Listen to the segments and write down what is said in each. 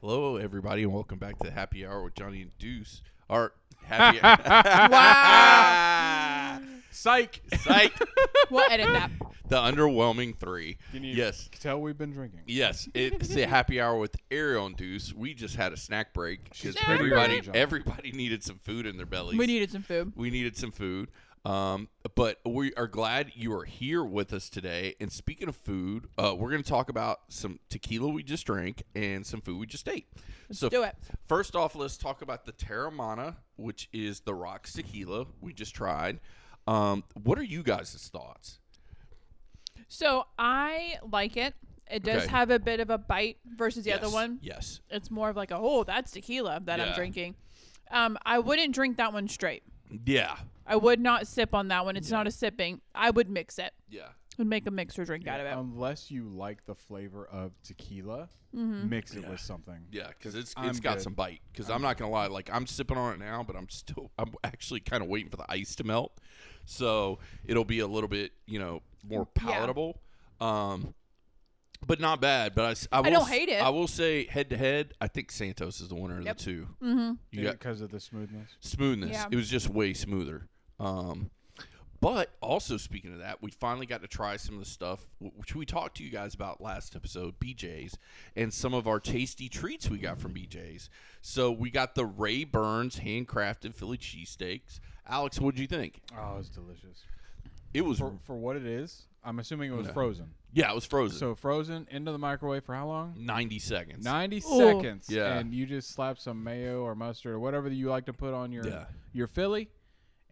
Hello, everybody, and welcome back to Happy Hour with Johnny and Deuce. Our happy hour. wow! Psych. Psych. We'll edit that. The underwhelming three. Can you yes. tell we've been drinking? Yes, it's a happy hour with Ariel and Deuce. We just had a snack break because Snack everybody break. everybody needed some food in their bellies. We needed some food. we needed some food. Um, but we are glad you are here with us today. And speaking of food, uh, we're going to talk about some tequila we just drank and some food we just ate. so do it. First off, let's talk about the Terramana, which is the rocks tequila we just tried. Um, what are you guys' thoughts? So I like it. It does Okay. have a bit of a bite versus the other Yes, one. Yes. It's more of like a oh, that's tequila that Yeah. I'm drinking. Um, I wouldn't drink that one straight. Yeah. I would not sip on that one. It's not a sipping. I would mix it. Yeah. Would make a mixer drink out of it. Unless you like the flavor of tequila, Mm-hmm. mix it with something. Yeah, because it's I'm it's got good. some bite. Because I'm, not gonna lie, like I'm sipping on it now, but I'm still I'm actually kind of waiting for the ice to melt, so it'll be a little bit you know more Yeah. palatable. Um, but not bad. But I s- I, will don't s- hate it. I will say head to head, I think Santos is the winner of Yep. the two. Mm-hmm. You got because of the smoothness. smoothness. Yeah. It was just way smoother. Um, but also speaking of that, we finally got to try some of the stuff w- which we talked to you guys about last episode, BJ's, and some of our tasty treats we got from BJ's. So we got the Ray Burns handcrafted Philly cheesesteaks. Alex, what'd you think? Oh, it's delicious. It was For for what it is, I'm assuming it was frozen. yeah, it was frozen. So frozen into the microwave for how long? Ninety seconds. 90 Ooh. seconds. Yeah. And you just slap some mayo or mustard or whatever you like to put on your Yeah. your Philly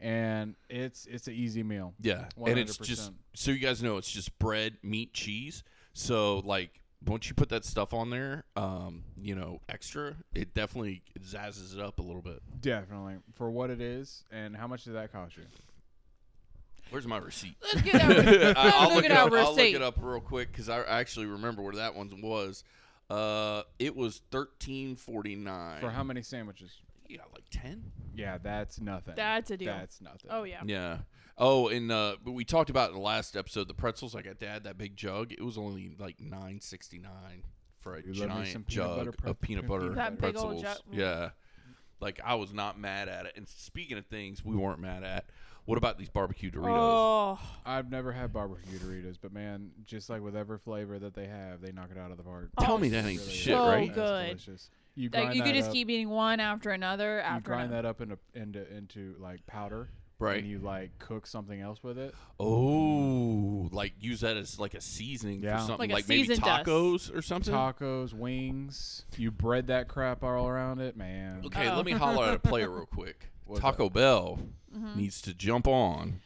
and it's it's an easy meal. Yeah, and it's just 100%. so you guys know it's just bread, meat, cheese. So like once you put that stuff on there, um, you know, extra, it definitely zazzes it up a little bit. Definitely. For what it is and how much did that cost you? Where's my receipt? Let's get that. I- I'll Let's look look it at our up. I'll look receipt. it up real quick because I actually remember where that one was. Uh, it was thirteen forty nine. For how many sandwiches? You got like ten. Yeah, that's nothing. That's a deal. That's nothing. oh yeah. Yeah. Oh, and uh, but we talked about in the last episode the pretzels. Like I dad that big jug. It was only like nine sixty nine for a You love me some giant peanut jug butter of pretzel- peanut peanut butter butter. That big pretzels. old jug- Yeah. Like I was not mad at it. And speaking of things we weren't mad at, what about these barbecue Doritos? Oh, I've never had barbecue Doritos, but man, just like with every flavor that they have, they knock it out of the park. Tell Oh, me that ain't Really the is. shit, so right? That's good. delicious. You grind like you that could just up, keep eating one after another you after grind another. that up into into into like powder, Right. And you like cook something else with it. Oh, like use that as like a seasoning Yeah. for something, Like like, a maybe seasoned dust. tacos or something. Tacos, wings. You bread that crap all around it, man. okay, Oh. Mm-hmm. let me holler at a player real quick. What's Taco Bell needs to jump on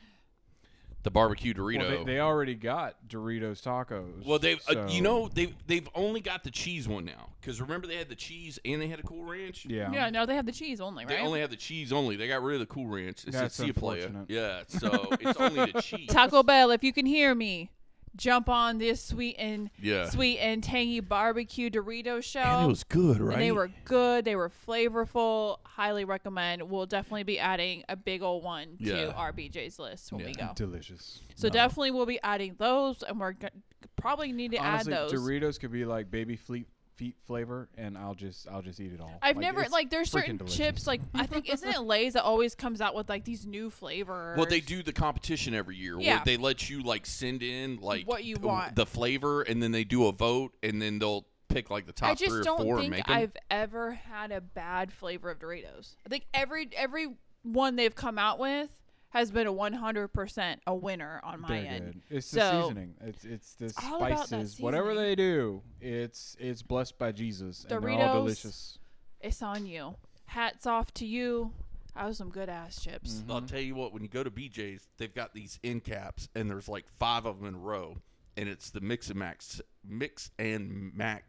the barbecue Dorito. Well, they, they already got Doritos tacos. Well, they've uh, so- you know they they've only got the cheese one now because remember they had the cheese and they had a Cool Ranch. yeah, Yeah, no, they have the cheese only, They right? only have the cheese only. They got rid of the Cool Ranch. It's That's see a player. unfortunate. Yeah, so it's only the cheese. Taco Bell, if you can hear me, jump on this sweet and Yeah. sweet and tangy barbecue Dorito shell. good, And they were good. They were flavorful. Highly recommend. We'll definitely be adding a big old one Yeah. to our BJ's list when we Yeah. go. delicious. So definitely we'll be adding those, and we're g- probably need to Honestly, add those. Doritos could be like baby fleet feet flavor, and I'll just I'll just eat it all. I've never it's like there's freaking certain delicious. chips like I think isn't it Lay's that always comes out with like these new flavors. Well, they do the competition every year where Yeah. they let you like send in like What you w- want. the flavor, and then they do a vote, and then they'll pick like the top I just three or don't four and think make 'em. I've ever had a bad flavor of Doritos. I think every every one they've come out with has been a 100% a winner on my They're end. good. It's the So- seasoning. It's it's the All about that spices. Whatever seasoning. they do, it's it's blessed by Jesus, and they're all Doritos. delicious. It's on you. Hats off to you. That was some good ass chips. I'll Mm-hmm. tell you what, when you go to BJ's, they've got these end caps, and there's like five of them in a row, and it's the mix and max, mix and mac,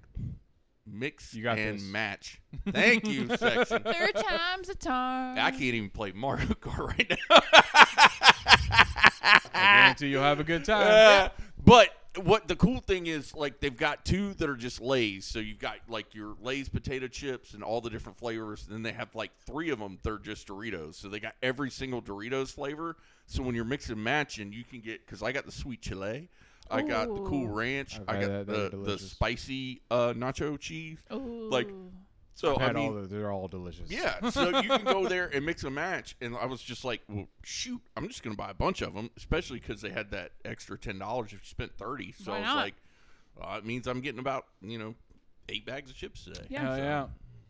mix You got and this. match. Thank you, section. Mm. Third time's a charm. I can't even play Mario Kart right now. Ah. I guarantee you'll have a good time. Uh, but what the cool thing is, like they've got two that are just Lay's. So you've got like your Lay's potato chips and all the different flavors. And then they have like three of them that are just Doritos. So they got every single Doritos flavor. So when you're mixing and matching, you can get because I got the sweet chile, I got the cool Ooh. ranch, I've I had got that. They're the the delicious. spicy uh, nacho cheese. Ooh. Like So I've I had mean, all the, they're all delicious. yeah, so you can go there and mix and match. And I was just like, well, shoot, I'm just going to buy a bunch of them, especially because they had that extra ten dollars if you spent thirty. So Why I was not? like, uh, it means I'm getting about you know eight bags of chips today. Yeah. Hell yeah.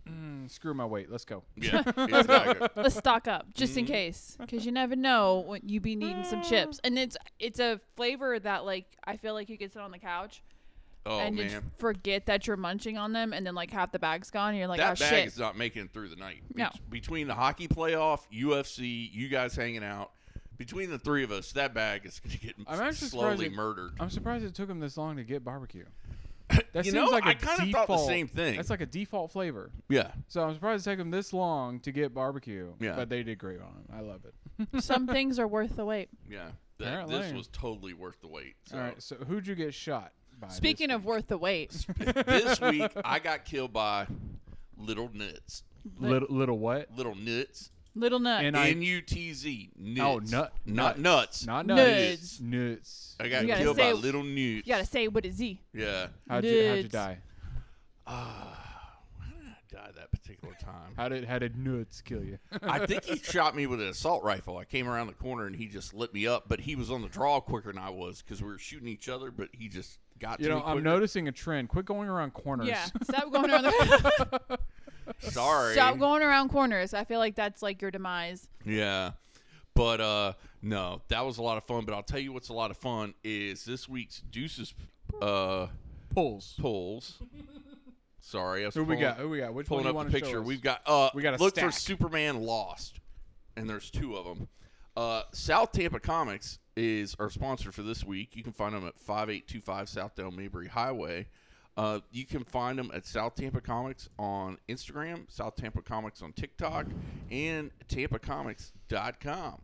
Mm, screw my weight. Let's go. yeah, exactly. Let's stock up just Mm. in case, because you never know when you be needing some chips. And it's it's a flavor that like I feel like you could sit on the couch Oh and you just man, forget that you're munching on them, and then like half the bag's gone. And you're like, that oh bag shit. is not making it through the night. No. Bet- between the hockey playoff, UFC, you guys hanging out. Between the three of us, that bag is going to get I'm actually surprised slowly it- murdered. I'm surprised it took them this long to get barbecue. That You seems know, like a I kinda thought the default. same thing. That's like a default flavor. yeah, So I'm surprised it took them this long to get barbecue. Yeah. But they did great on it. I love it. Some things are worth the wait. yeah. That, this Apparently. was totally worth the wait. So. All right. So who'd you get shot by? this Speaking week? of worth the wait, this week I got killed by little nuts. little little what? Little nuts. little nut. And I- N U T Z. Nuts. Oh, nut- Not nuts. Not nuts. Nuts. Nuts. I got You gotta killed by say- little nuts. you gotta say what is Z. yeah. How'd you, how'd you Nuts. die? Why did I die that particular time? How did how did nuts kill you? I think he shot me with an assault rifle. I came around the corner and he just lit me up, but he was on the draw quicker than I was because we were shooting each other, but he just got you to know, me I'm quicker. noticing a trend. Quit going around corners. Yeah, stop going around. The- Sorry. stop going around corners. I feel like that's like your demise. Yeah. But uh no, that was a lot of fun. But I'll tell you what's a lot of fun is this week's Deuces uh Pulls. pulls. Sorry, I was Who we pulling, got? Who we got? Which pulling one do you up want the to show picture. us? We've got uh We got a look for stack. Superman Lost, and there's two of them. Uh, South Tampa Comics is our sponsor for this week. You can find them at 5825 Southdale Mayberry Highway. Uh, you can find them at South Tampa Comics on Instagram, South Tampa Comics on TikTok, and tampacomics.com.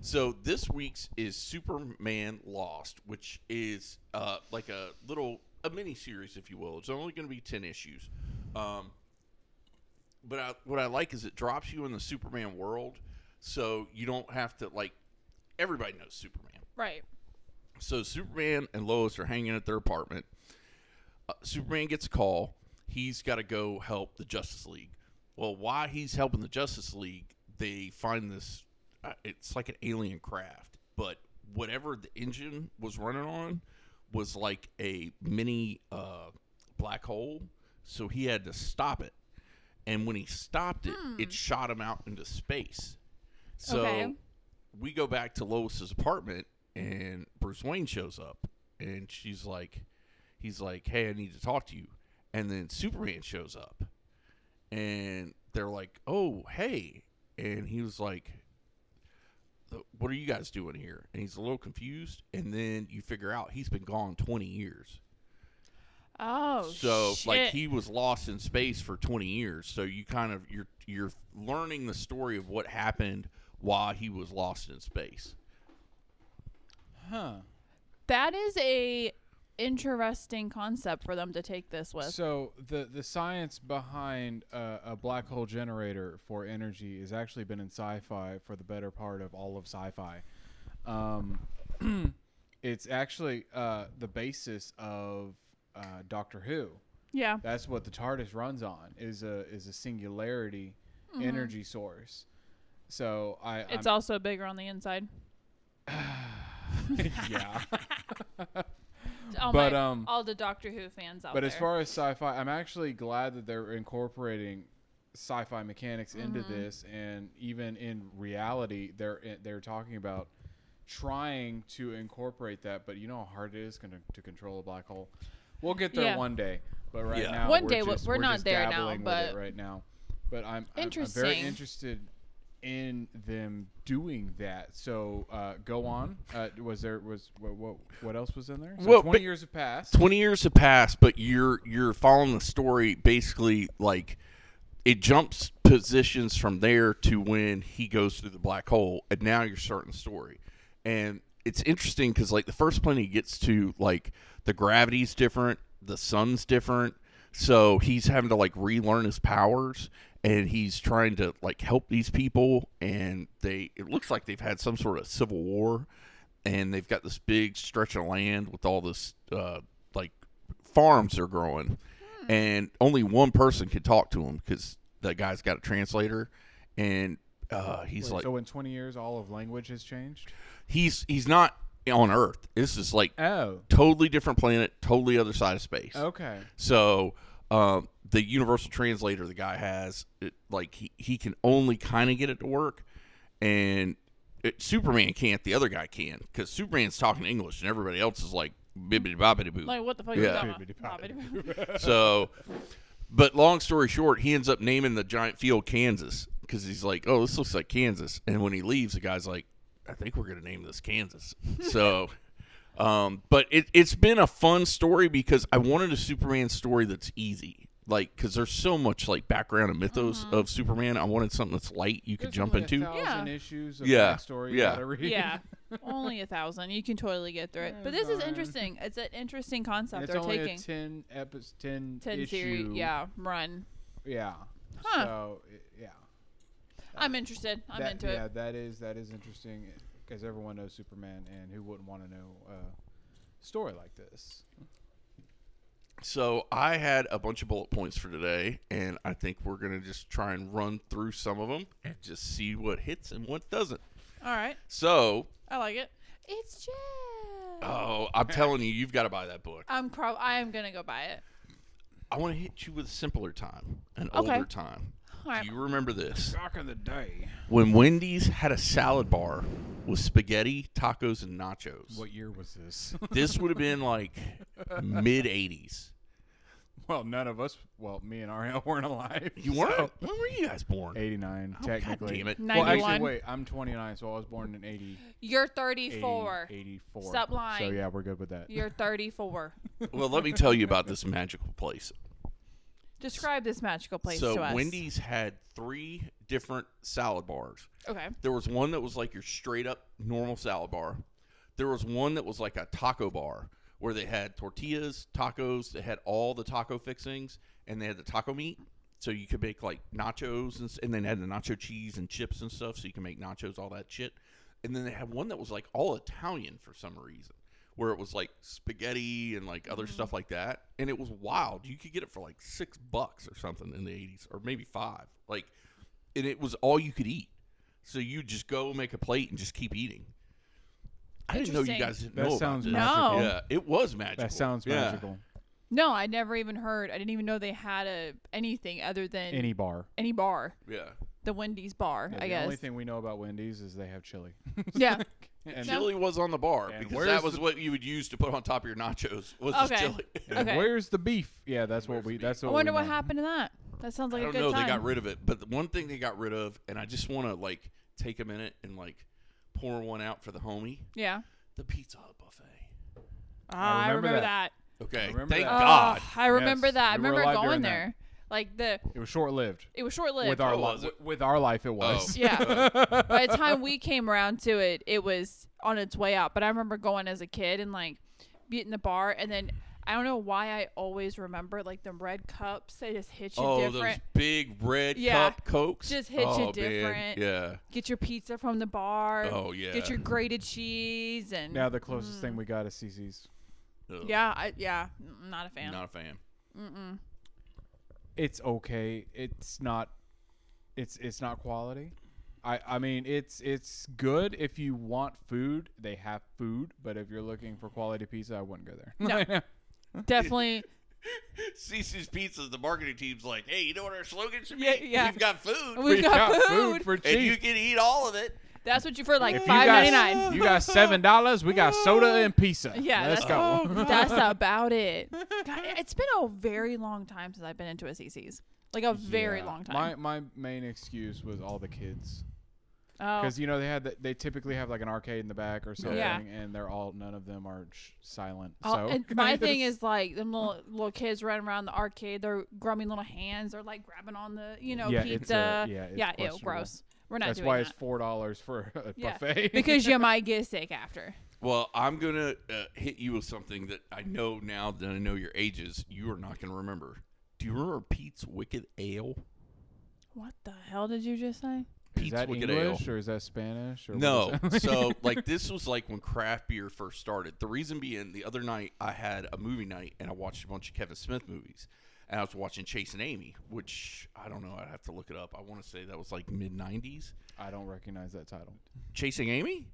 So this week's is Superman Lost, which is uh, like a little a mini series, if you will. It's only going to be ten issues. Um, but I, what I like is it drops you in the Superman world, so you don't have to like. Everybody knows Superman, Right. so Superman and Lois are hanging at their apartment. Uh, Superman gets a call. He's got to go help the Justice League. Well, why he's helping the Justice League? They find this. Uh, it's like an alien craft, but whatever the engine was running on was like a mini uh, black hole. So he had to stop it, and when he stopped it, it shot him out into space. So Okay. we go back to Lois's apartment, and Bruce Wayne shows up, and she's like, he's like, hey, I need to talk to you. And then Superman shows up, and they're like, oh, hey. And he was like, "The- what are you guys doing here? And he's a little confused. And then you figure out he's been gone 20 years. Oh so shit. like he was lost in space for 20 years. So you kind of you're you're learning the story of what happened while he was lost in space. huh. that is a interesting concept for them to take this with. So the the science behind uh, a black hole generator for energy has actually been in sci-fi for the better part of all of sci-fi. Um, it's actually uh, the basis of uh, Doctor Who. yeah. That's what the TARDIS runs on is a is a singularity energy source. So I Mm-hmm. It's I'm- also bigger on the inside. yeah. All But, Oh, my, um, all the Doctor Who fans out But there. as far as sci-fi, I'm actually glad that they're incorporating sci-fi mechanics into Mm-hmm. this, and even in reality, they're eh, they're talking about trying to incorporate that. But you know how hard it is gonna, to control a black hole. We'll get there Yeah. one day, but right Yeah. now One we're day, we- just, we're not just there now, dabbling with but- it right now. But I'm, I'm- I'm very Interesting. interested in them doing that. So uh, go on. Uh, was there was what what, what else was in there? So Well, 20 but- years have passed. 20 years have passed but you're you're following the story basically like it jumps positions from there to when he goes through the black hole and now you're starting the story and it's interesting because like the first planet he gets to like the gravity's different the sun's different so he's having to like relearn his powers and he's trying to like help these people and they it looks like they've had some sort of civil war and they've got this big stretch of land with all this uh, like farms they're growing and only one person could talk to him because the guy's got a translator, and uh, he's Wait, like, so in 20 years, all of language has changed. he's he's not on Earth. This is like Oh, totally different planet, totally other side of space. okay. So um, the universal translator the guy has, it, like he, he can only kind of get it to work, and it, Superman can't. The other guy can because Superman's talking English and everybody else is like bibbity bobbity boo. Like what the fuck Yeah. is Bibbidi that? one? Bobbidi. So, but long story short, he ends up naming the giant field Kansas because he's like, "Oh, this looks like Kansas." And when he leaves, the guy's like, "I think we're gonna name this Kansas." so, um, but it, it's been a fun story because I wanted a Superman story that's easy, like because there's so much like background and mythos of Superman. I wanted something that's light you could There's jump only into. A thousand Yeah. issues of Yeah, backstory yeah. You gotta read. yeah, only a thousand. You can totally get through it. But this is interesting. It's an interesting And concept it's they're only taking. a 10 episodes, 10, Ten issue. series, yeah, run. Yeah. Huh. So i- yeah. I'm interested. I'm Uh, that, into yeah, it. that is that is interesting because everyone knows Superman, and who wouldn't want to know a story like this? So I had a bunch of bullet points for today, and I think we're gonna just try and run through some of them and just see what hits and what doesn't. All right, So I like it. It's Jeff. Oh, I'm telling you, you've got to buy that book. I'm prob. I am gonna go buy it. I want to hit you with a simpler time, an Okay. older time. All right. Do you remember this? Back in the day. When Wendy's had a salad bar with spaghetti, tacos, and nachos. What year was this? This would have been like mid 80s. well, none of us. Well, me and Ariel weren't alive. You so- weren't? When were you guys born? 89, Oh, God technically. damn it. Well, actually, 91. wait. I'm 29, so I was born in 80, You're 80 34. 84. Stop lying. So yeah, we're good with that. You're 34. Well, let me tell you about this magical place. Describe this magical place so, to us. Wendy's had three different salad bars. Okay. There was one that was like your straight up normal salad bar. There was one that was like a taco bar where they had tortillas, tacos, they had all the taco fixings, and they had the taco meat. So you could make like nachos and, s- and then they had the nacho cheese and chips and stuff. So you can make nachos, all that shit. And then they had one that was like all Italian for some reason, where it was like spaghetti and like other stuff like that. And it was wild. You could get it for like six bucks or something in the 80s or maybe five. Like, and it was all you could eat. So you just go make a plate and just keep eating. I didn't know you Interesting. guys didn't That know about sounds this. magical. No. Yeah, it was magical. That sounds Yeah. magical. No, I never even heard. I didn't even know they had a anything other than any, Any bar. bar. Yeah. The Wendy's bar, Yeah, I the guess. only thing we know about Wendy's is they have chili. yeah. and Chili was on the bar And because where's that was the- what you would use to put on top of your nachos was the Okay. chili. and Okay. Where's the beef? Yeah, that's Where's what the we. beef? That's I what. wonder we what know. happened to that. That sounds like I a don't good know. time. They got rid of it, but the one thing they got rid of, and I just want to like take a minute and like pour one out for the homie, yeah. the Pizza Hut buffet. Ah, I remember remember that. that. Okay, remember thank that. Oh, God. I remember Yes, that. I we were remember alive during going that. there. Like the It was short lived. it was short lived. With our Oh, li- was it? with our life, it Oh. was. Yeah. By the time we came around to it, it was on its way out. But I remember going as a kid and like beating the bar, and then I don't know why I always remember like the red cups. They just hit you oh, different. those big red Yeah. cup cokes Just hit you oh, man. different. Yeah. Get your pizza from the bar. Oh, yeah. Get your grated cheese and Now the closest Mm. thing we got is CC's. Ugh, yeah, I, yeah. I'm not a fan. Not a fan. It's okay. It's not. It's it's not quality. I I mean it's it's good if you want food. They have food, but if you're looking for quality pizza, I wouldn't go there. No. Definitely. CC's Pizza, the marketing team's like, hey, you know what our slogan should be? Yeah, yeah. Oh, We've got food. We've got, food. for and you cheap. can eat all of it. That's what you for like If you five ninety got, nine. you got seven dollars. We got soda and pizza. Yeah, let's that's- go. That's about it. God, it's been a very long time since I've been into a CC's. Like a very Yeah. long time. My my main excuse was all the kids oh, because you know they had the, they typically have like an arcade in the back or something, Yeah. and they're all none of them are sh- silent. Oh, so and my thing is like them little little kids running around the arcade. Their grubby little hands are like grabbing on the you know Yeah, it's, uh, pizza. yeah, it's ew, questionable. gross. We're not that's doing why that. it's four dollars for a Yeah, buffet because you might get sick after. Well, I'm going to uh, hit you with something that I know now that I know your ages, you are not going to remember. Do you remember Pete's Wicked Ale? What the hell did you just say? is Pete's that Wicked English Ale. or is that Spanish? Or what No. is that? so, like, this was like when craft beer first started. The reason being, the other night I had a movie night and I watched a bunch of Kevin Smith movies. and I was watching Chase and Amy, which I don't know. I'd have to look it up. I want to say that was like mid '90s. I don't recognize that title. Chasing Amy.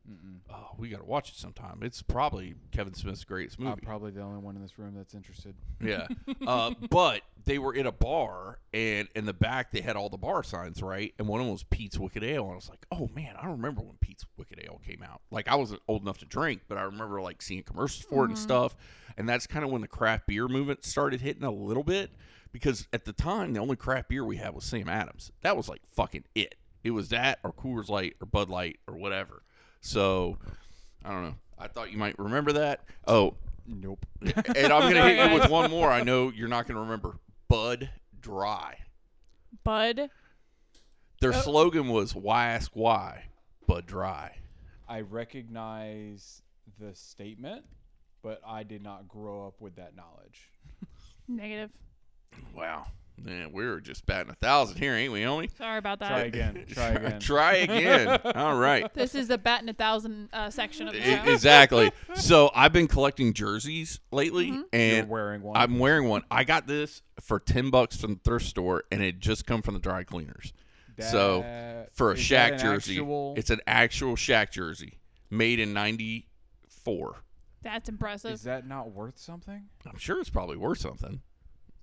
Oh, we got to watch it sometime. It's probably Kevin Smith's greatest movie. I'm probably the only one in this room that's interested. Yeah. Uh, but they were in a bar, and in the back they had all the bar signs, right? And one of them was Pete's Wicked Ale, and I was like, oh man, I remember when Pete's Wicked Ale came out. Like I wasn't old enough to drink, but I remember like seeing commercials for it and stuff. And that's kind of when the craft beer movement started hitting a little bit, because at the time the only craft beer we had was Sam Adams. That was like fucking it. It was that or Coors Light or Bud Light or whatever. So I don't know. I thought you might remember that. Oh, Nope. and I'm gonna hit you with one more. I know you're not gonna remember. Bud Dry. Bud. Their slogan was "Why ask why, Bud Dry." I recognize the statement, but I did not grow up with that knowledge. Negative. Wow, man, we're just batting a thousand here, ain't we, homie? Sorry about that. Try again. Try again. Try again. All right. This is the batting a thousand uh, section of the E- show. Exactly. So I've been collecting jerseys lately, You're and wearing one. I'm wearing one. I got this for ten bucks from the thrift store, and it just come from the dry cleaners. so That- for a is Shaq that an jersey, actual- it's an actual Shaq jersey made in '94. That's impressive. is that not worth something? I'm sure it's probably worth something,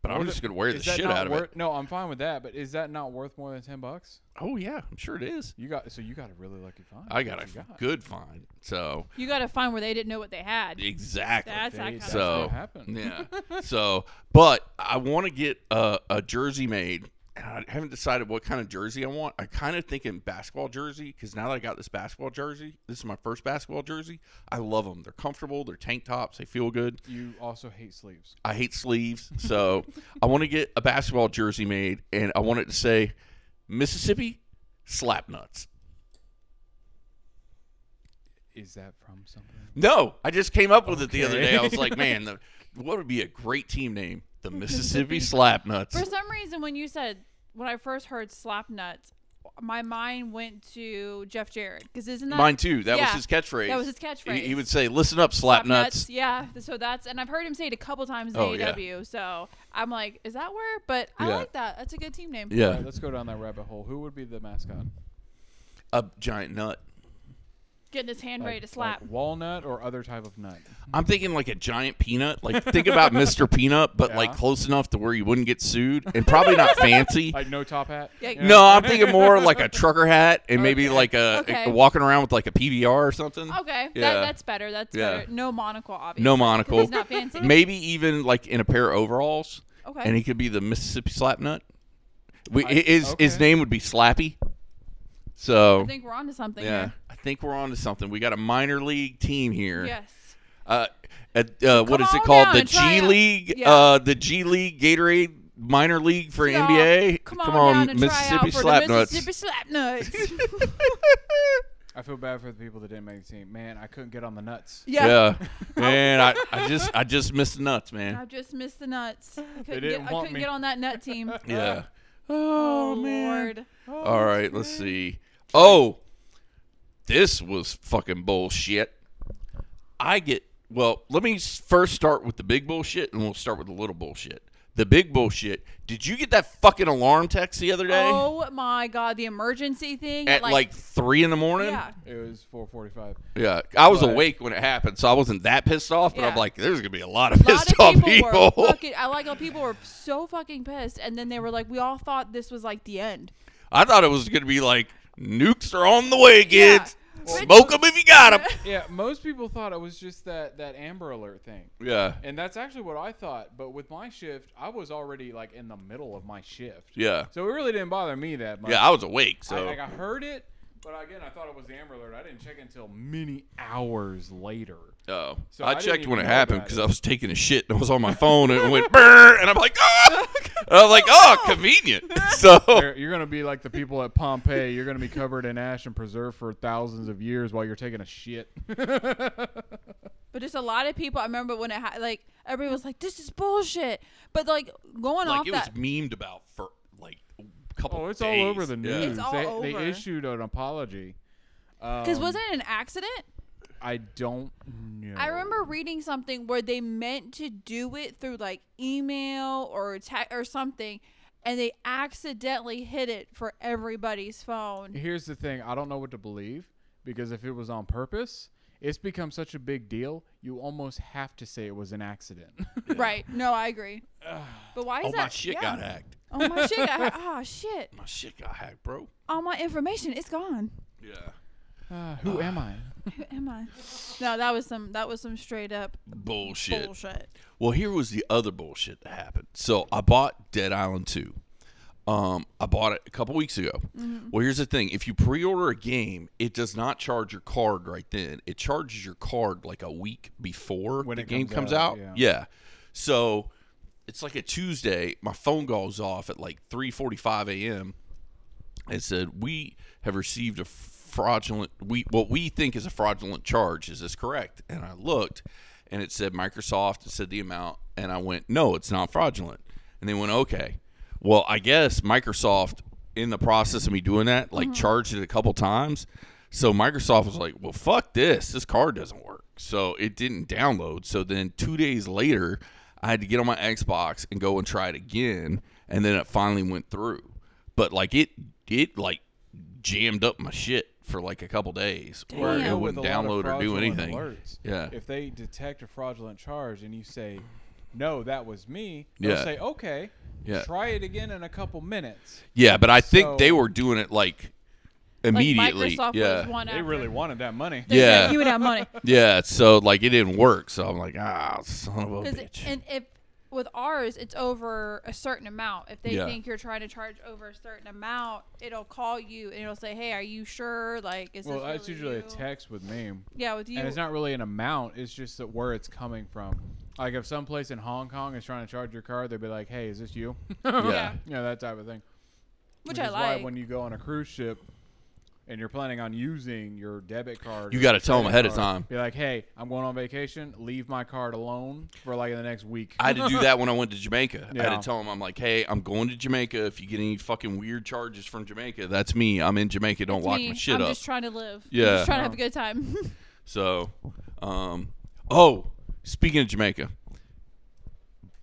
but I'm What just if- gonna wear the Is that shit not out of worth, it. No, I'm fine with that, but is that not worth more than ten bucks? Oh yeah, I'm sure it is. You got so you got a really lucky find. I got a What you got. good find. So you got to find where they didn't know what they had. exactly. That's Hey, iconic. that's So- what happened. Yeah. so, but I want to get a, a jersey made. And I haven't decided what kind of jersey I want. I kind of thinking basketball jersey because now that I got this basketball jersey, this is my first basketball jersey. I love them. They're comfortable. They're tank tops. They feel good. You also hate sleeves. I hate sleeves, so I want to get a basketball jersey made, and I want it to say Mississippi Slap Nuts. Is that from something? No, I just came up with it the other Okay. day. I was like, man, the, what would be a great team name? The Mississippi Slap For Nuts. some reason, when you said when I first heard slap nuts, my mind went to Jeff Jarrett because isn't that Mine too. That was yeah, his catchphrase. that was his He, catchphrase. he would say, "Listen up, Slap, Nuts." Yeah. So that's and I've heard him say it a couple times in Oh, yeah. AEW. So I'm like, is that where? But I Yeah. like that. That's a good team name. All Yeah, right, let's go down that rabbit hole. Who would be the mascot? a giant nut. Getting his hand ready Like- to slap. like walnut or other type of nut. I'm thinking like a giant peanut. Like think about Mr. Peanut, but like Yeah. close enough to where you wouldn't get sued, and probably not fancy. Like no top hat. Yeah, You know? No, I'm thinking more like a trucker hat and maybe Okay. like a, Okay. a- walking around with like a PBR or something. okay. Yeah. That, that's better. That's Yeah. better. No monocle, obviously. No 'cause monocle. He's not fancy. Maybe even like in a pair of overalls, Okay. and he could be the Mississippi slap nut. We, I- his his okay. name would be Slappy. So I think we're onto something yeah, here. I think we're on to something. We got a minor league team here. Yes. Uh, at, uh, what is come it on called? down The and try G out. League. Yeah. Uh, the G League Gatorade minor league for Y'all, NBA. Come on, down and Mississippi try out for slap the nuts. Mississippi slap nuts. I feel bad for the people that didn't make the team. Man, I couldn't get on the nuts. yeah. Yeah, man, I, I just I just missed the nuts, man. I just missed the nuts. I couldn't, didn't get, I want couldn't me. get on that nut team. Yeah. Oh, Lord. All right, let's see. Oh, this was fucking bullshit. I get well. Let me s- first start with the big bullshit, and we'll start with the little bullshit. The big bullshit. Did you get that fucking alarm text the other day Oh my God, the emergency thing at like, three in the morning? yeah. It was 4:45. Yeah. I was But- awake when it happened, so I wasn't that pissed off. But I'm Yeah. like, there's gonna be a lot of A lot pissed of people, off people. were fucking. I like how people were so fucking pissed, and then they were like, "We all thought this was like the end." I thought it was gonna be like nukes are on the way, kids. Well- Smoke them if you got them. Yeah, most people thought it was just that that Amber Alert thing. yeah. And that's actually what I thought, but with my shift, I was already like in the middle of my shift. Yeah. So it really didn't bother me that much. Yeah. I was awake, I, so. like I heard it, but again, I thought it was the Amber Alert. I didn't check until many hours later. Oh, So I, I didn't checked when it even know happened about because it. I was taking a shit and I was on my phone and it went brr, and I'm like, ah, and I'm like, oh, convenient. So You're, you're gonna be like the people at Pompeii. You're gonna be covered in ash and preserved for thousands of years while you're taking a shit. But just a lot of people. I remember when it ha- like everybody was like, "This is bullshit," but like going like off it was that. memed about for like a couple. oh, it's days. all over the Yeah. news. It's all they, over. they issued an apology. Because wasn't it an accident? I don't know. I remember reading something where they meant to do it through like email or te- or something, and they accidentally hid it for everybody's phone. Here's the thing I don't know what to believe because if it was on purpose, it's become such a big deal, you almost have to say it was an accident. Right? No, I agree. But why is Oh that? my shit yeah. got hacked. Oh my shit got hacked. Oh shit! My shit got hacked, bro. All my information is gone. Yeah. Uh, who am I? Who am I? No, that was some. That was some straight up Bullshit. bullshit. Well, here was the other bullshit that happened. So I bought Dead Island 2. Um, I bought it a couple weeks ago. Well, here's the thing if you pre order a game, it does not charge your card right then. It charges your card like a week before When the it game comes comes out, out. yeah. Yeah. So it's like a Tuesday. My phone goes off at like 3:45 a.m. It said we have received a fraudulent we what we think is a fraudulent charge. Is this correct? And I looked, and it said Microsoft. It said the amount, and I went, no, it's not fraudulent. And they went, okay. Well, I guess Microsoft, in the process of me doing that, like charged it a couple times. So Microsoft was like, well, fuck this. This card doesn't work. So it didn't download. So then two days later, I had to get on my Xbox and go and try it again. And then it finally went through. But like it, it like jammed up my shit for like a couple days where Damn. Yeah, it With wouldn't a lot of download or do fraudulent anything. alerts, Yeah. If they detect a fraudulent charge and you say, no, that was me, Yeah. they'll say, okay, Yeah. try it again in a couple minutes. Yeah, but I think So- they were doing it like immediately. Like Microsoft yeah. was one. They after- really wanted that money. They were like, Yeah. You would have money. yeah, so like it didn't work. So I'm like, ah, son of a Because bitch. and if with ours, it's over a certain amount. If they Yeah. think you're trying to charge over a certain amount, it'll call you and it'll say, "Hey, are you sure? Like, is well, this that's really usually a you?" text with me. Yeah, with you. And it's not really an amount, it's just that where it's coming from. Like if someplace in Hong Kong is trying to charge your card, they'd be like, hey, is this you? yeah. yeah. you know, that type of thing. which Which I is why like. when you go on a cruise ship and you're planning on using your debit card, You or gotta your tell 'em credit ahead of card, time. Be like, hey, I'm going on vacation. Leave my card alone for like the next week. I had to do that when I went to Jamaica. I Yeah. had to tell them, I'm like, hey, I'm going to Jamaica. If you get any fucking weird charges from Jamaica, that's me. I'm in Jamaica. Don't It's lock me. my shit I'm up. just trying to live. I'm Yeah. just trying to have a Uh-huh. good time. So, um, oh, speaking of Jamaica,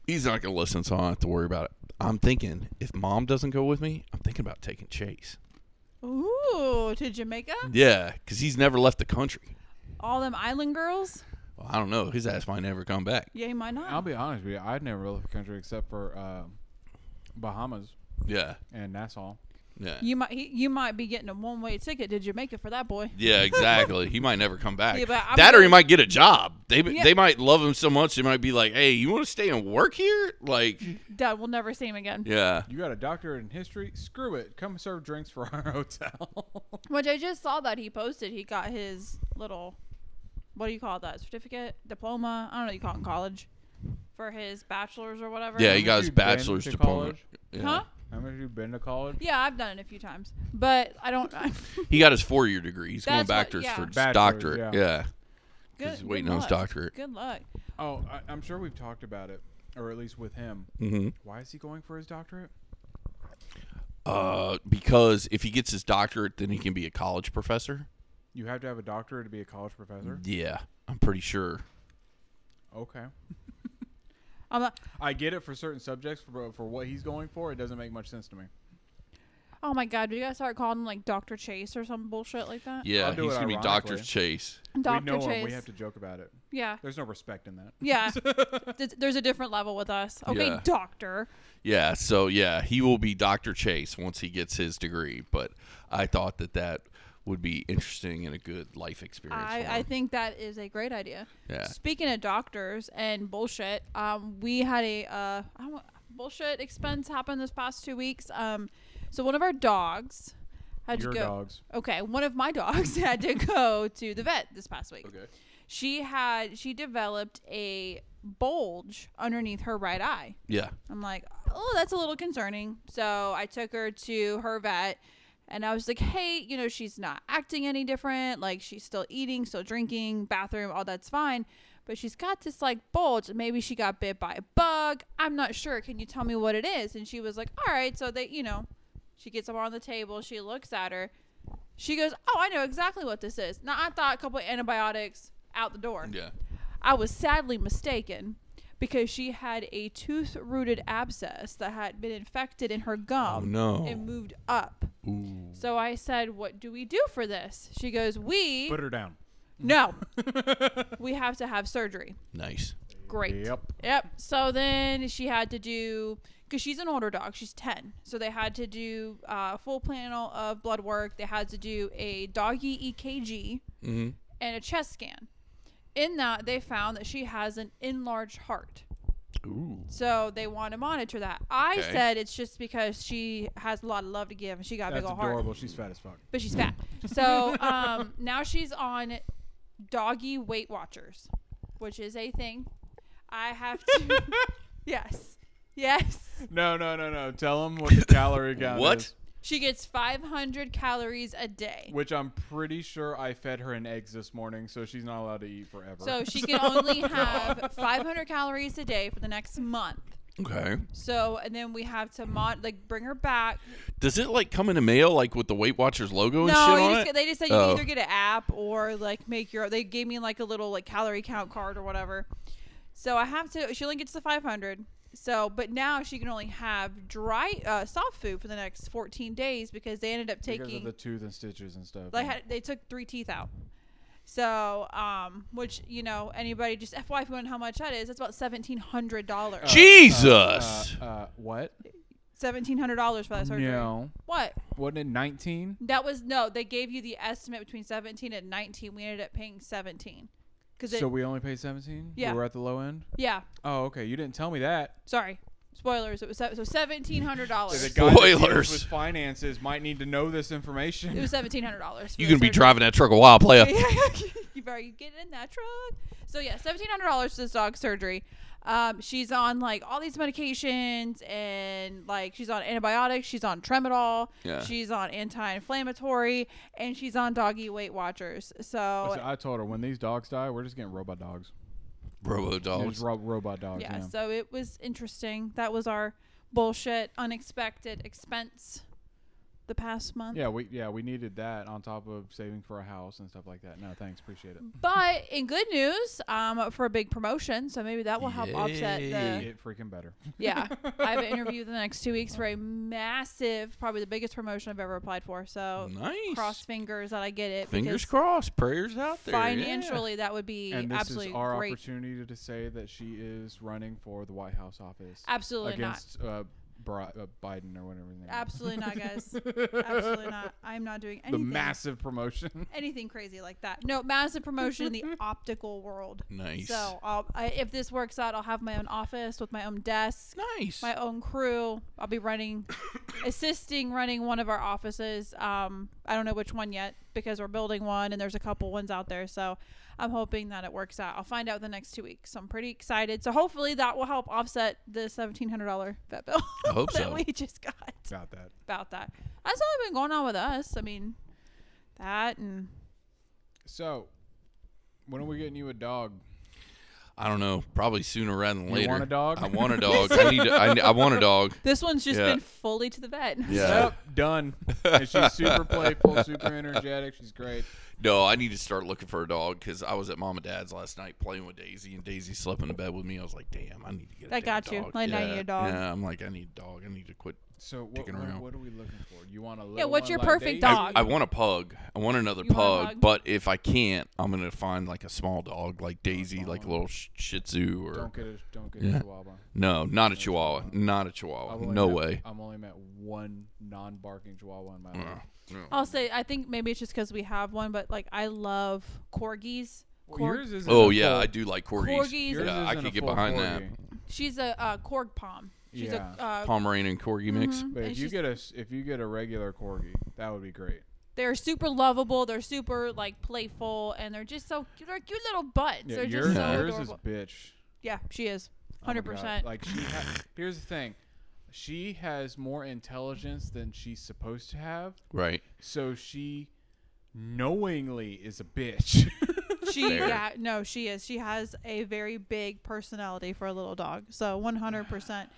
he's not gonna listen, so I don't have to worry about it. I'm thinking if mom doesn't go with me, I'm thinking about taking Chase. Ooh, to Jamaica, Yeah, because he's never left the country. all them island girls. Well, I don't know. His ass might never come back. Yeah, you might not. I'll be honest with you. I'd never left the country except for uh, Bahamas Yeah, and Nassau. yeah, you might. He, you might be getting a one-way ticket to Jamaica for that boy. yeah. Exactly. he might never come back. Yeah, but I'm that or he really- might get a job. They Yeah. they might love him so much. They might be like, hey, you want to stay and work here? Like, Dad, we'll never see him again. yeah. You got a doctorate in history? Screw it. Come serve drinks for our hotel. Which I just saw that he posted. He got his little, what do you call that? Certificate, diploma. I don't know. What you call it in college for his bachelor's or whatever. Yeah, he Haven't got his you been bachelor's to diploma. college? Yeah. Huh? How many of you been to college? Yeah, I've done it a few times, but I don't. I, He got his four year degree. He's going That's back what- to his yeah. for his Bachelor's, doctorate. yeah. yeah. good, He's good waiting on his luck. doctorate. Good luck. Oh, I, I'm sure we've talked about it, or at least with him. Mm-hmm. Why is he going for his doctorate? Uh, because if he gets his doctorate, then he can be a college professor. You have to have a doctorate to be a college professor. Yeah, I'm pretty sure. Mm-hmm. Okay. I'm like, I get it for certain subjects, for for what he's going for, it doesn't make much sense to me. oh my god, we gotta start calling him like Doctor Chase or some bullshit like that. Yeah, I'll do he's it gonna be Doctor ironically. Chase. Doctor we know Chase. him. We have to joke about it. yeah, There's no respect in that. yeah. Th- There's a different level with us. Okay, Yeah. Doctor. Yeah, so yeah, he will be Doctor Chase once he gets his degree. But I thought that that would be interesting and a good life experience. I, for I him. think that is a great idea. yeah, Speaking of doctors and bullshit, um, we had a uh, I don't- bullshit expense happen this past two weeks. Um, so one of our dogs had Your to go. dogs. Okay, one of my dogs had to go to the vet this past week. Okay. She had she developed a bulge underneath her right eye. yeah, I'm like, oh, that's a little concerning. So I took her to her vet and I was like, hey, you know, she's not acting any different. Like, she's still eating, still drinking, bathroom, all that's fine. But she's got this like bulge. Maybe she got bit by a bug. I'm not sure. Can you tell me what it is? And she was like, all right. So they, you know, she gets them on the table. She looks at her. She goes, "Oh, I know exactly what this is." Now I thought a couple of antibiotics out the door. Yeah. I was sadly mistaken because she had a tooth rooted abscess that had been infected in her Oh gum and no. moved up. Ooh. So I said, What do we do for this? She goes, We Put her down. no, we have to have surgery. Nice. Great. Yep. Yep. So then she had to do because she's an older dog. She's ten. So they had to do uh, a full panel of blood work. They had to do a doggy EKG Mm-hmm. and a chest scan. In that, they found that she has an enlarged heart. Ooh. So they want to monitor that. I Okay. said it's just because she has a lot of love to give and she got a big That's old heart adorable. She's fat as fuck. but she's fat. So um, now she's on Doggy Weight Watchers, which is a thing. I have to. yes. Yes. No, no, no, no. Tell them what the calorie count What? is, She gets 500 calories a day. Which I'm pretty sure I fed her an eggs this morning, so she's not allowed to eat forever. So she can only have 500 calories a day for the next month. Okay. So and then we have to mod like bring her back. Does it like come in a mail like with the Weight Watchers logo and no, shit you on just, it? get- they just said you can Oh. either get an app or like make your. They gave me like a little like calorie count card or whatever. So I have to. She only gets to 500. So, but now she can only have dry uh, soft food for the next 14 days because they ended up because of taking the tooth and stitches and stuff. they had they took three teeth out. So, um, which you know anybody just FY if you want how much that is, that's about seventeen hundred dollars. Gee- Jesus. Uh, uh, what? Seventeen hundred dollars for that surgery. No. What? Wasn't it 19? That was no. They gave you the estimate between seventeen and nineteen. We ended up paying seventeen. Cause it, So we only paid 17? Yeah. We're at the low end? yeah. Oh, okay. You didn't tell me that. Sorry, spoilers. It was se- so seventeen hundred So the dollars. guy that deals Spoilers. with finances might need to know this It information. was seventeen hundred dollars. You uh, can be driving that truck a while, player. you better you get in that truck. So yeah, seventeen hundred dollars for this dog surgery. Um, she's on like all these medications and like she's on antibiotics, she's on Tremadol, Yeah. she's on anti-inflammatory, and she's on doggy Weight Watchers. So Listen, I told her when these dogs die, we're just getting robot dogs. Robo There's dogs. ro- robot dogs. yeah, Yeah. so it was interesting. That was our bullshit, unexpected expense the past month. Yeah, we yeah we needed that on top of saving for a house and stuff like that. No, thanks, appreciate it. But in good news, I'm up for a big promotion, so maybe that will help offset the. Yay. It freaking better. Yeah, I have an interview in the next two weeks for a massive, probably the biggest promotion I've ever applied for. So Nice. cross fingers that I get it. Fingers because crossed. Prayers out there. yeah. Financially, that would be and this absolutely is our great. opportunity to say that she is running for the White House office Absolutely against uh, Bri- uh, Biden or whatever. his name not. is. Absolutely not, guys. absolutely not. I'm not doing The anything. massive promotion. anything crazy like that. No, massive promotion in the optical world. Nice. So I'll, I, if this works out, I'll have my own office with my own desk, nice. my own crew. I'll be running, assisting running one of our offices. Um, I don't know which one yet because we're building one and there's a couple ones out there. So I'm hoping that it works out. I'll find out the next two weeks. I'm pretty excited. So hopefully that will help offset the $1,700 vet bill I hope that so. we just got About that. about that. That's all been going on with us. I mean, that and So, when are we getting you a dog? I don't know. Probably sooner rather than You later. want a dog? I want a dog. I need. I, I want a dog. This one's just Yeah. been fully to the vet. Yeah. Yep, done. and she's super playful, super energetic. She's great. No, I need to start looking for a dog because I was at mom and dad's last night playing with Daisy, and Daisy slept in the bed with me. I was like, "Damn, I need to get." a I damn got you. dog." Like, now you Yeah, need a dog. Yeah, I'm like, I need a dog. I need to quit. So, what, Dicking what, around. what are we looking for? You want a little what's one your like perfect Daisy? dog? I want a pug. I want another You pug, want a pug? But if I can't, I'm gonna find like a small dog, like Daisy, like a little sh- Shih Tzu, or Don't get a don't get a Yeah. chihuahua. no, not a Chihuahua, not a I've Chihuahua. only No met- way. I've only met one non-barking chihuahua in my life. Uh, no. I'll say I think maybe it's just because we have one, but like I love corgis. Well, Cor- yours isn't Oh a yeah, full- I do like corgis. Corgis yours Yeah, I isn't a could get full behind that. corgi. she's a uh, corg pom. She's Yeah. a uh, Pomeranian and corgi mix. mhm, But and if you she's- get a s- if you get a regular corgi, that would be great. they're super lovable. They're super like playful, and they're just so cute. They're cute little butts. Yeah, they're yours, just so yours is adorable. bitch. yeah, she is, Oh my hundred God. percent. Like she ha- here's the thing, she has more intelligence than she's supposed to have, Right. so she knowingly is a bitch. She Fair. yeah, no, she is. She has a very big personality for a little dog. So one hundred percent.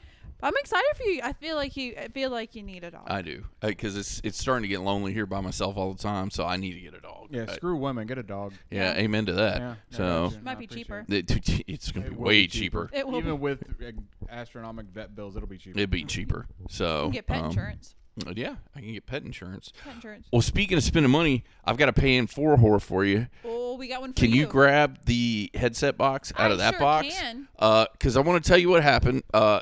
But I'm excited for you. I feel like you. I feel like you need a dog. I do because it's it's starting to get lonely here by myself all the time, so I need to get a dog. Yeah, Uh, screw women. Get a dog. yeah, amen to that. Yeah. no, Uh, so gotcha. Might I be appreciate cheaper. it. it- it's gonna It be will way be cheaper. cheaper. it will Even be. with uh, astronomic vet bills, it'll be cheaper. It'd be cheaper. So You get pet um, insurance. Yeah, I can get pet insurance. Pet insurance. Well, speaking of spending money, I've got a pay in for whore for you. Oh, we got one for Can you. you grab the headset box out I of that sure box? can. Because I want to tell you what happened. Uh,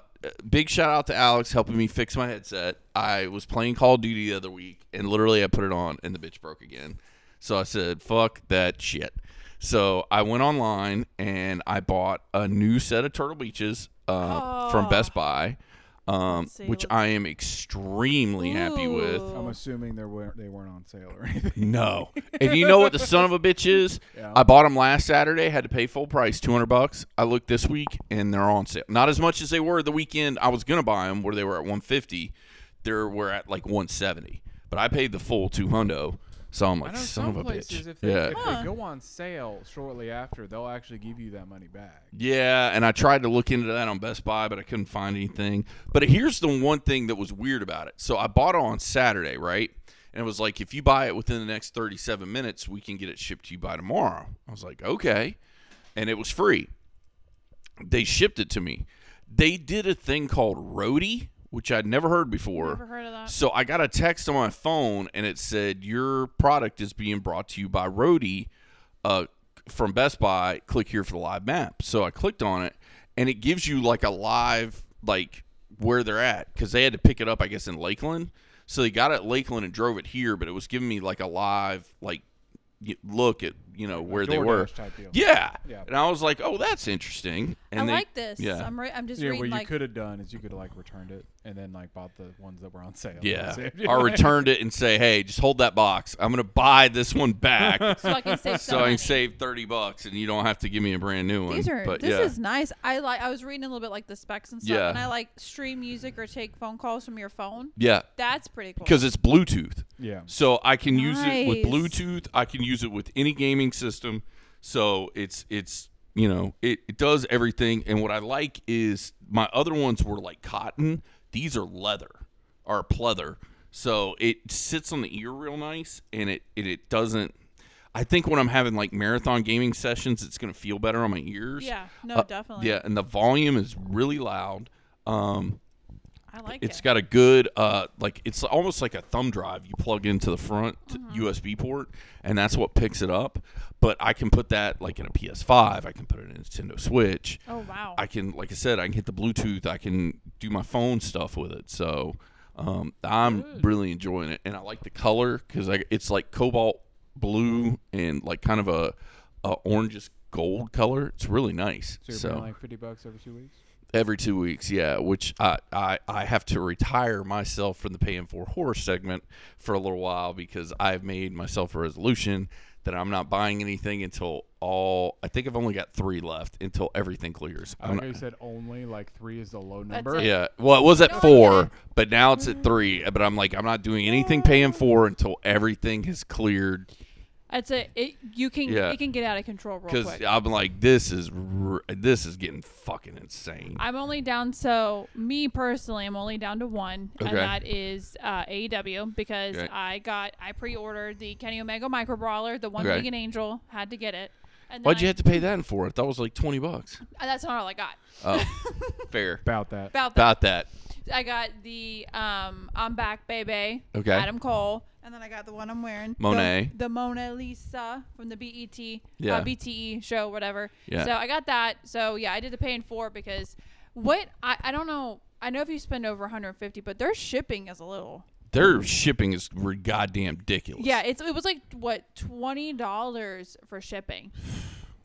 big shout out to Alex helping me fix my headset. I was playing Call of Duty the other week, and literally I put it on, and the bitch broke again. So I said, "Fuck that shit." So I went online and I bought a new set of Turtle Beaches uh, from Oh. Best Buy, um, see, which let's- I am extremely happy with. Ooh. I'm assuming they weren't they weren't on sale or anything. No. and you know what the son of a bitch is? Yeah. I bought them last Saturday, had to pay full price, 200 bucks. I looked this week and they're on sale. Not as much as they were the weekend I was going to buy them where they were at 150. They were at like 170. But I paid the full 200. So I'm I like, know son some of a places bitch. if they, yeah. if Huh. they go on sale shortly after, they'll actually give you that money back. Yeah, and I tried to look into that on Best Buy, but I couldn't find anything. But here's the one thing that was weird about it. So I bought it on Saturday, right? And it was like, if you buy it within the next 37 minutes, we can get it shipped to you by tomorrow. I was like, okay. And it was free. They shipped it to me. They did a thing called Roadie, which I'd never heard before. Never heard of that. So I got a text on my phone and it said, Your product is being brought to you by Rody uh, from Best Buy. Click here for the live map. So I clicked on it and it gives you like a live, like where they're at because they had to pick it up, I guess, in Lakeland. So they got it at Lakeland and drove it here, but it was giving me like a live, like, y- look at, you know, where they were. DoorDash type deal. Yeah. Yeah. And I was like, Oh, that's interesting. And I they, like this. yeah. I'm, re- I'm just Yeah, reading what you like could have done is you could have like returned it and then like bought the ones that were on sale. Yeah. That's it. I returned it and say, hey, just hold that box. I'm going to buy this one back so I can save so some I money. can save 30 bucks and you don't have to give me a brand new one. These are but this yeah. is nice. I like I was reading a little bit like the specs and stuff, Yeah. and I like stream music or take phone calls from your phone. yeah. That's pretty cool. Because it's Bluetooth. yeah. So I can use it with Nice. Bluetooth. I can use it with any gaming system. So it's it's you know it, it does everything. And what I like is my other ones were like cotton. These are leather or pleather. So it sits on the ear real nice, and it it, it doesn't. I think when I'm having like marathon gaming sessions, it's gonna feel better on my ears. yeah, no, Uh, definitely. Yeah, and the volume is really loud. Um, I like it's it. got a good uh like it's almost like a thumb drive you plug into the front Mm-hmm. USB port and that's what picks it up. But I can put that like in a PS5, I can put it in a Nintendo Switch. oh wow, I can like I said, I can hit the Bluetooth, I can do my phone stuff with it. So um, I'm really enjoying it and I like the color cuz it's like cobalt blue and like kind of a, a orangish gold color. It's really nice. So you're paying like fifty bucks every two weeks. Every two weeks, yeah. Which I, I, I have to retire myself from the paying for horror segment for a little while because I've made myself a resolution that I'm not buying anything until all. I think I've only got three left until everything clears. I I'm like not- how you said only like three is the low That's number. it. yeah. Well, it was at No, I four, get but now it's at three. But I'm like, I'm not doing anything paying for until everything has cleared I'd say it. You can Yeah. it can get out of control real because quick. I'm like, this is r- this is getting fucking insane. I'm only down so me personally, I'm only down to one, Okay. and that is uh, AEW because Okay. I got I pre-ordered the Kenny Omega Micro Brawler, the one Okay. Winged Angel, had to get it. And Why'd then you I- have to pay that for it? That was like twenty bucks. uh, That's not all I got. Oh, fair. About that. About that, About that. I got the um I'm back, baby. Okay. Adam Cole, and then I got the one I'm wearing. the- Monet. The, Mona Lisa from the BET, Yeah. uh, BTE show, whatever. Yeah. So I got that. So yeah, I did the pay in four because what I I don't know. I know if you spend over 150, but their shipping is a little. Their shipping is r- goddamn ridiculous. Yeah, it's it was like what twenty dollars for shipping.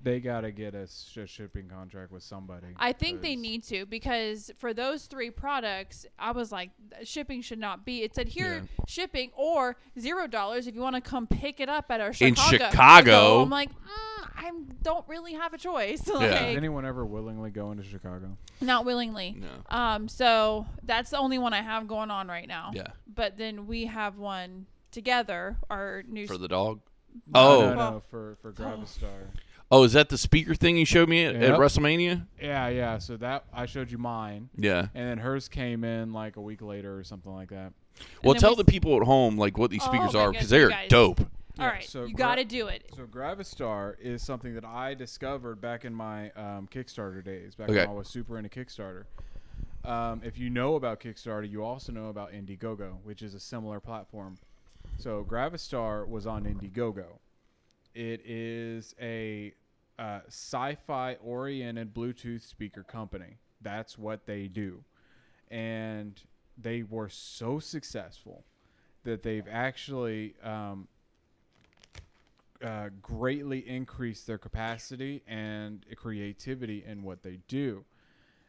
They gotta get a, sh- a shipping contract with somebody. I think they 'cause- need to because for those three products, I was like, "Th- shipping should not be. It said here shipping or zero dollars if you want to come pick it up at our Chicago. In Chicago. I'm like, mm, I don't really have a choice. Does like, anyone ever willingly go into Chicago? not willingly. No. Um, so that's the only one I have going on right now. Yeah. But then we have one together. Our new For the dog. No, Oh. no, no, Well- for for Gravistar. Oh, is that the speaker thing you showed me at, at Yep. WrestleMania? Yeah, yeah. So that I showed you mine, Yeah. and then hers came in like a week later or something like that. Well, then tell we- the people at home like what these Oh speakers my are goodness, because they're you guys. dope. Yeah, All right, so you gra- got to do it. So Gravistar is something that I discovered back in my um, Kickstarter days, back Okay. when I was super into Kickstarter. Um, if you know about Kickstarter, you also know about Indiegogo, which is a similar platform. So Gravistar was on Indiegogo. It is a uh, sci-fi oriented Bluetooth speaker company. That's what they do, and they were so successful that they've actually um, uh, greatly increase their capacity and creativity in what they do.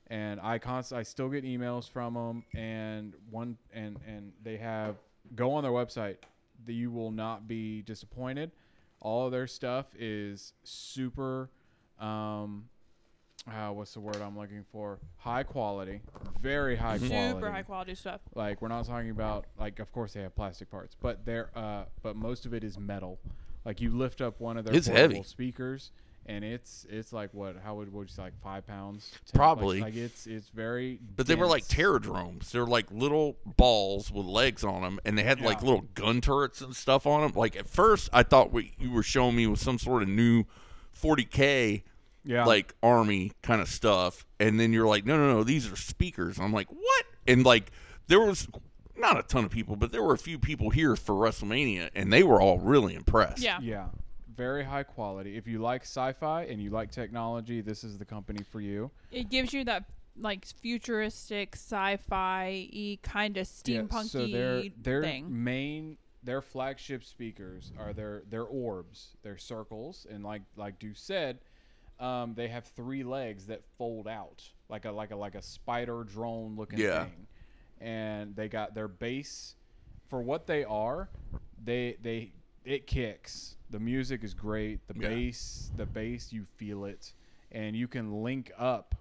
And I const- I still get emails from them, and one and and they have go on their website. That you will not be disappointed. All of their stuff is super. Um, uh, what's the word I'm looking for? High quality, very high quality Super high quality stuff. like we're not talking about like of course they have plastic parts but they're uh but most of it is metal like you lift up one of their It's portable heavy. speakers and it's it's like what how would would you say like five pounds 10 like- Probably. like, it's it's very But they were like dense. pterodromes. They're like little balls with legs on them, and they had like Yeah. little gun turrets and stuff on them. Like at first, I thought what you were showing me was some sort of new 40k yeah like army kind of stuff, and then you're like, no, no, no, these are speakers. I'm like, what? And like there was not a ton of people, but there were a few people here for WrestleMania, and they were all really impressed. Yeah. yeah very high quality if you like sci-fi and you like technology this is the company for you It gives you that like futuristic sci-fi y kind of Yeah, steampunky so their their thing. main their flagship speakers are their their orbs, their circles, and like like Deuce said, um, they have three legs that fold out like a like a like a spider drone looking Yeah. thing, and they got their base for what they are. They they it kicks. The music is great. The Yeah. bass the bass you feel it, and you can link up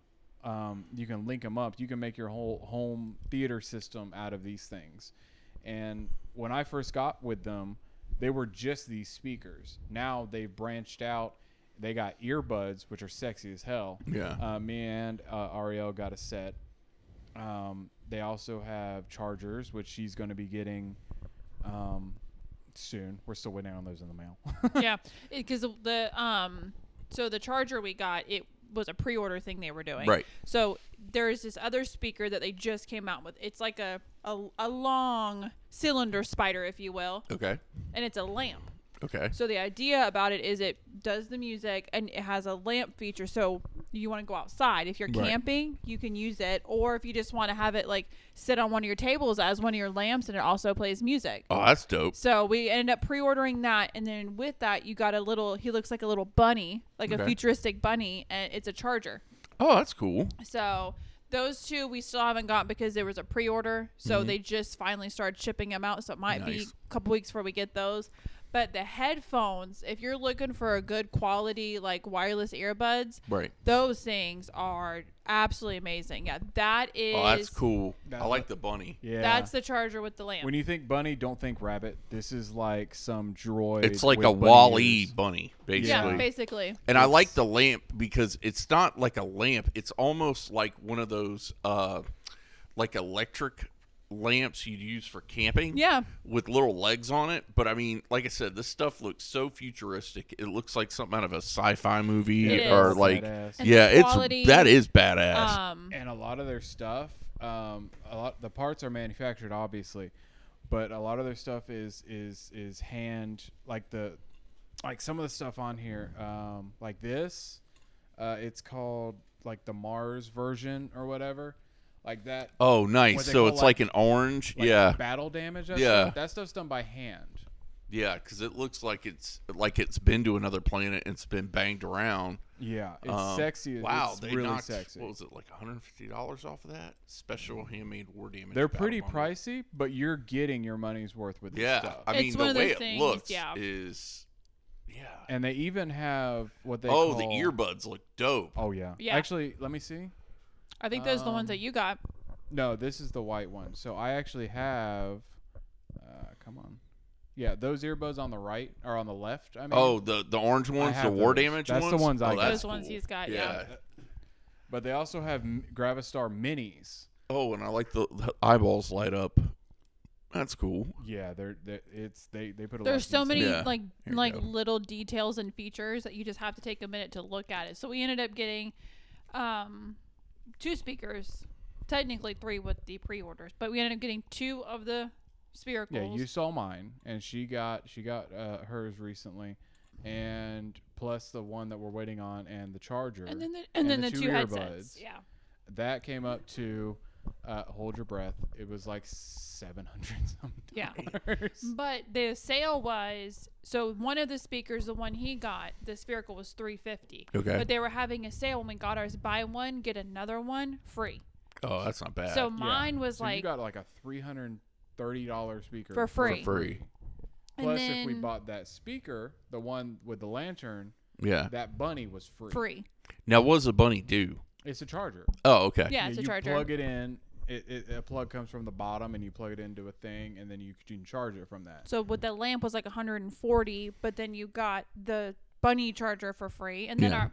um, you can link them up. You can make your whole home theater system out of these things. And when I first got with them, they were just these speakers. Now they've branched out. They got earbuds, which are sexy as hell. Yeah. Uh, me and uh, Ariel got a set. Um, they also have chargers, which she's going to be getting um, soon. We're still waiting on those in the mail. yeah, because the um, so the charger we got it was a pre-order thing they were doing. Right. So there's this other speaker that they just came out with. It's like a a, a long cylinder spider, if you will, Okay. and it's a lamp. Okay. So the idea about it is it does the music and it has a lamp feature. So you want to go outside if you're Right. camping, you can use it, or if you just want to have it like sit on one of your tables as one of your lamps, and it also plays music. Oh, that's dope. So we ended up pre-ordering that, and then with that, you got a little. He looks like a little bunny, like Okay. a futuristic bunny, and it's a charger. Oh, that's cool. So those two we still haven't got because there was a pre-order, so they just finally started shipping them out. So it might be Mm-hmm. Nice. a couple weeks before we get those. But the headphones, if you're looking for a good quality like wireless earbuds, Right. those things are absolutely amazing. Yeah, that is. Oh, that's cool. I That's like what- the bunny. yeah. That's the charger with the lamp. when you think bunny, don't think rabbit. This is like some droid. It's like with a bunny Wally ears. bunny, yeah, basically. basically. And I like the lamp because it's not like a lamp. It's almost like one of those uh like electric lamps you'd use for camping. Yeah. With little legs on it. But I mean, like I said, this stuff looks so futuristic. It looks like something out of a sci fi movie It or is. like Badass. And Yeah, the it's quality, that is badass. uh, Um, and a lot of their stuff um, a lot the parts are manufactured obviously but a lot of their stuff is is is hand like the like some of the stuff on here um, like this uh, it's called like the mars version or whatever like that oh what nice. they So call, it's like, like- an orange. like yeah. battle damage that Yeah. stuff, that stuff's done by hand Yeah, because it looks like it's like it's been to another planet and it's been banged around. yeah it's Um, sexy Wow, it's they really knocked sexy Mm. what was it like 150 dollars off of that special handmade war damage. they're battle pretty bundle. pricey but you're getting your money's worth with this Yeah, stuff I It's mean one the of those way things, it looks yeah. is, yeah. and they even have what they oh, the call- earbuds look dope. Oh yeah. Yeah. Actually, let me see. I think those are the ones that um, you got. No, this is the white one. So I actually have. Uh, come on. Yeah, those earbuds on the right or on the left. I mean, Oh, the the orange ones, the have war those. damage That's ones. the ones I oh, got. that's Those ones cool. he's got, yeah. but they also have m- Gravistar Minis. Oh, and I like the, the eyeballs light up. That's cool. Yeah, they're, they're it's they they put a lot There's of so detail. many Yeah. like Here you like go. little details and features that you just have to take a minute to look at it. So we ended up getting um two speakers, technically three with the pre-orders, but we ended up getting two of the Yeah, sphericals. you saw mine, and she got she got uh, hers recently, and plus the one that we're waiting on, and the charger, and then the, and, then the, two, headsets. earbuds. Yeah. that came up to uh, hold your breath. It was like seven hundred something. Yeah. dollars. But the sale was so one of the speakers, the one he got, the spherical was 350. Okay. But they were having a sale when we got ours buy one, get another one free. Oh, that's not bad. So Yeah. mine was So you like got like a three hundred thirty dollars speaker For free. For free. And Plus, if we then- bought that speaker, the one with the lantern, yeah. that bunny was free. free. Now, what does a bunny do? It's a charger. Oh, okay. Yeah, it's a you charger. plug it in. It, it, a plug comes from the bottom, and you plug it into a thing, and then you can charge it from that. So with the lamp was like 140, but then you got the bunny charger for free, and then Yeah. our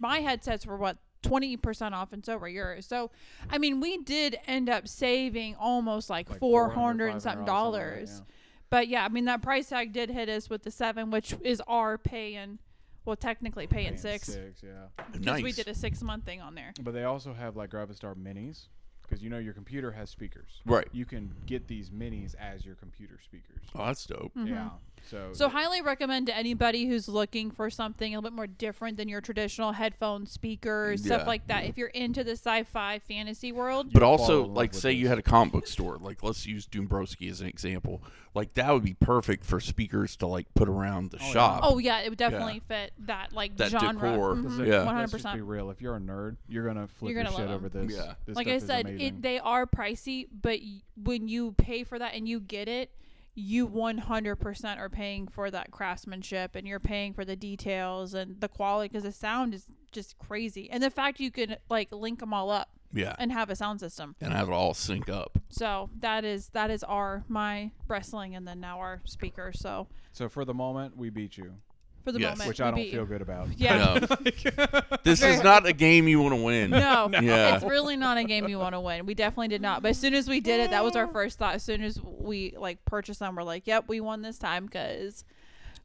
my headsets were what 20% off, and so were yours. So, I mean, we did end up saving almost like, Like 400 and something $500 dollars. But yeah, I mean that price tag did hit us with the seven, which is our paying, well technically paying something like that, yeah. six six, yeah. because nice. we did a six month thing on there. But they also have like Gravistar Minis, because you know your computer has speakers. Right. You can get these minis as your computer speakers. Oh, that's dope. Mm. Yeah. So. Mm-hmm. So highly recommend to anybody who's looking for something a little bit more different than your traditional headphones, speakers, Yeah. stuff like that. If you're into the sci-fi fantasy world, But fall also, in love like, with say you this. had a comic book store. Like, let's use Doombrowski as an example. Like, that would be perfect for speakers to like put around the yeah. shop. oh yeah, it would definitely fit that like That genre. decor. Mhm. Yeah. One Let's hundred just percent. be Be real. If you're a nerd, you're gonna flip You're gonna your shit love over 'em. this. Yeah. this Like stuff I is said, amazing. it, they are pricey, but y- when you pay for that and you get it, you 100% are paying for that craftsmanship and you're paying for the details and the quality because the sound is just crazy. And the fact you can like link them all up yeah. and have a sound system. And have it all sync up. So that is that is our my wrestling and then now our speaker. So So for the moment, we beat you, for the Yes. moment, which I we don't beat- feel good about. Yeah, No. um, this is not a game you want to win. no, Yeah. it's really not a game you want to win. We definitely did not. But as soon as we did it, that was our first thought. As soon as we like purchased them, we're like, "Yep, we won this time because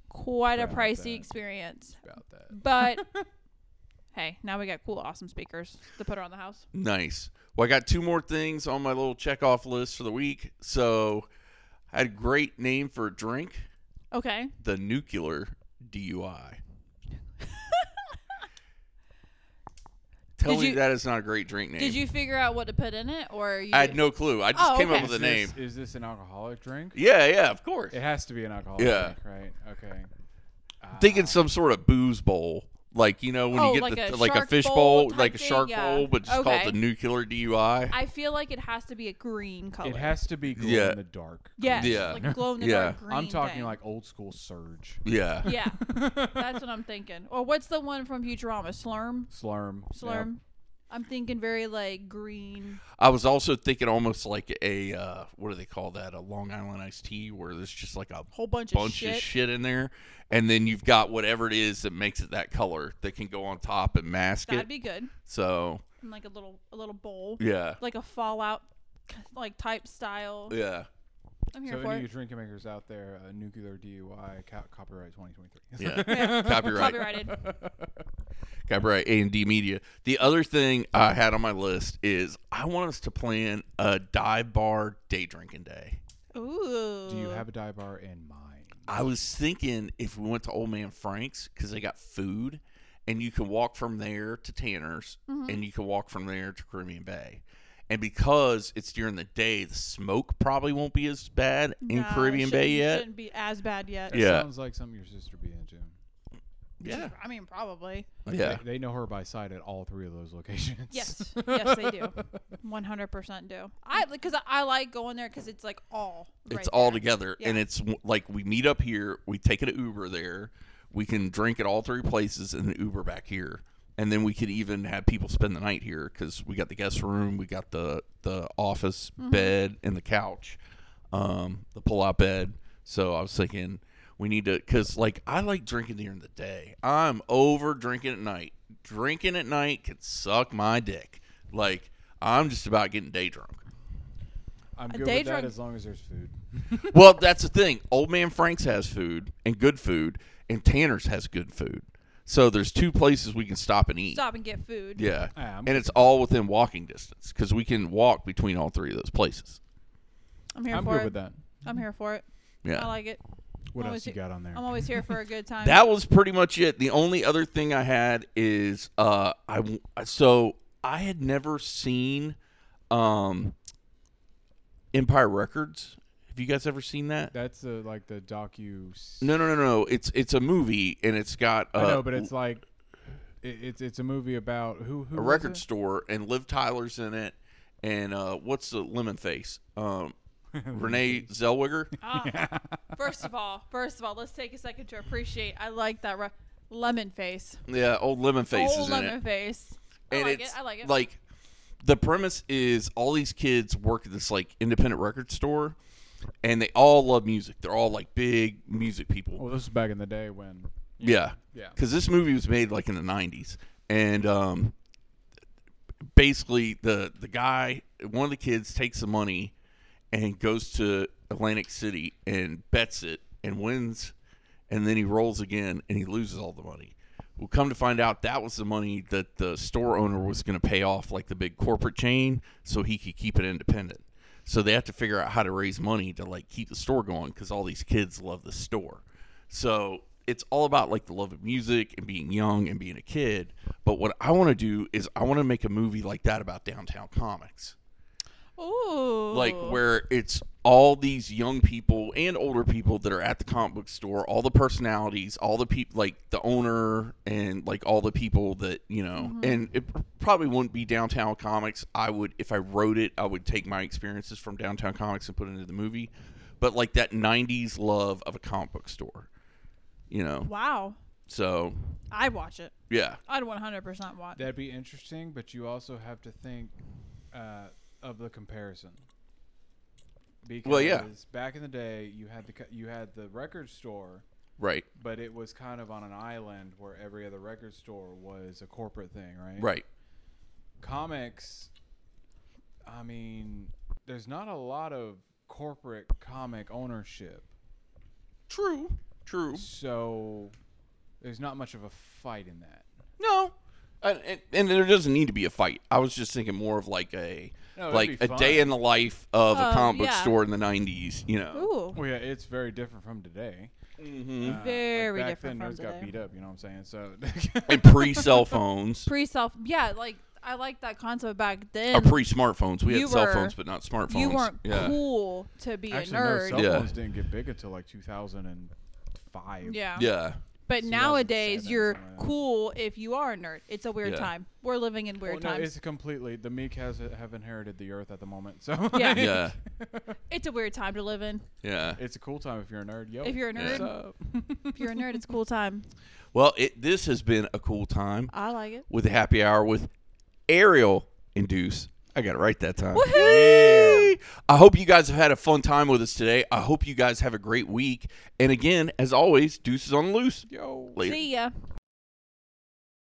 quite a About pricey that. experience." About that. But hey, now we got cool, awesome speakers to put around the house. Nice. Well, I got two more things on my little checkoff list for the week. So, I had a great name for a drink Okay, the nuclear DUI. Tell Did me you- that is not a great drink name. did you figure out what to put in it, or you I had no clue. I just Oh, came up okay. with a Is name. this- Is this an alcoholic drink? Yeah, yeah, of course. It has to be an alcoholic Yeah. drink, right? Okay. Ah, Thinking some sort of booze bowl. Like, you know, when Oh, you get like the, a like a shark fish bowl bowl, type like a thing? shark Yeah. bowl, but just call Okay. it the nuclear DUI. I feel like it has to be a green color. It has to be glow Yeah. in the dark. Yes, Yeah. like glow in the dark green. I'm talking thing. like old school surge. yeah. yeah, that's what I'm thinking. Or what's the one from Futurama? Slurm, Slurm. Yep. slurm. I'm thinking very like green. I was also thinking almost like a uh, what do they call that? A Long Island iced tea, where there's just like a Whole bunch of bunch of shit. shit in there, and then you've got whatever it is that makes it that color that can go on top and mask That'd it. be good. so In like a little a little bowl, yeah, like a Fallout like type style. yeah, I'm here So for any of you it. drinking makers out there, uh, nuclear DUI, co- copyright 2023. yeah. Copyright, Copyrighted. copyright, A and D Media. The other thing I had on my list is I want us to plan a dive bar day drinking day. Ooh. Do you have a dive bar in mind? I was thinking if we went to Old Man Frank's because they got food, and you can walk from there to Tanner's, Mm-hmm. and you can walk from there to Caribbean Bay. And because it's during the day, the smoke probably won't be as bad in Nah, Caribbean Bay shouldn't- yet. Shouldn't be as bad yet. That Yeah. Sounds like something your sister would be into. Yeah, I mean, probably. yeah. They, they know her by sight at all three of those locations. Yes, yes, they do. One hundred percent do. I because I, I like going there because it's like all. right it's all there. together, and Yeah. it's w- like we meet up here, we take an Uber there, we can drink at all three places, and an Uber back here. And then we could even have people spend the night here because we got the guest room, we Mm-hmm. got the the office bed and the couch, um, the pull out bed. So I was thinking we need to, because like I like drinking during the day. I'm over drinking at night. Drinking at night could suck my dick. Like I'm just about getting day drunk. I'm A good day with that drunk- as long as there's food. well, that's the thing. Old Man Frank's has food and good food, and Tanner's has good food. So there's two places we can stop and eat. Stop and get food. Yeah, Yeah, I'm- and it's all within walking distance because we can walk between all three of those places. I'm here I'm for good it. with that. I'm here for it. Yeah, I like it. What I'm else with you you. got on there? I'm always here for a good time. that was pretty much it. The only other thing I had is uh, I w- so I had never seen um Empire Records. Have you guys ever seen that? That's uh like the docu. No, no, no, no. It's it's a movie and it's got uh, I know, but it's like it, it's it's a movie about who who a was record Mm-hmm. it? store and Liv Tyler's in it and uh what's the lemon face? Um Renee Zellweger. Ah, First of all, first of all, let's take a second to appreciate. I like that re- lemon face. Yeah, old lemon face Old is in lemon it. face. I And like it. it's I like it. Like the premise is all these kids work at this like independent record store and they all love music. They're all like big music people. Well, this was back in the day when Yeah. Yeah. Cuz this movie was made like in the 90s and um basically the the guy one of the kids takes the money and goes to Atlantic City and bets it and wins and then he rolls again and he loses all the money. Well, come to find out that was the money that the store owner was going to pay off like the big corporate chain so he could keep it independent. So they have to figure out how to raise money to like keep the store going cuz all these kids love the store. So it's all about like the love of music and being young and being a kid. But what I want to do is I want to make a movie like that about downtown comics Ooh. like where it's all these young people and older people that are at the comic book store all the personalities all the people like the owner and like all the people that you know and it probably wouldn't be downtown comics i would if i wrote it i would take my experiences from downtown comics and put it into the movie but like that 90s love of a comic book store you know Wow. so I'd watch it. yeah I'd 100% watch. that'd be interesting. But you also have to think uh, of the comparison. Because Well, yeah. back in the day, you had the co- you had the record store, right but it was kind of on an island where every other record store was a corporate thing, right? right comics i mean there's not a lot of corporate comic ownership true true so there's not much of a fight in that No, and, and, and there doesn't need to be a fight. I was just thinking more of like a No, it'd like be a day fun. in the life of a Oh, comic book yeah. store in the '90s. You know, Ooh. well yeah it's very different from today hmm Uh, like, Very back different then from nerds got today. beat up you know what i'm saying so and pre cell phones Pre self. Yeah, like I like that concept back or then. pre smartphones. We You had cell were- phones, but not smartphones. you weren't yeah. cool to be actually a nerd. no cell Yeah. phones didn't get big until like 2005 yeah. Yeah, But nowadays 2007, you're something like that. cool if you are a nerd. It's a weird Yeah. time. We're living in weird well, no, times. it's completely the meek has have inherited the earth at the moment so Yeah. like, yeah, It's a weird time to live in. yeah. it's a cool time if you're a nerd yo If you're a Yeah. what's nerd, up if you're a nerd, it's a cool time. Well, it, this has been a cool time I like it. with the happy hour with Ariel and Deuce. I got it right that time. Woohoo! I hope you guys have had a fun time with us today. I hope you guys have a great week. And again, as always, Deuce is on the loose. yo Later. See ya.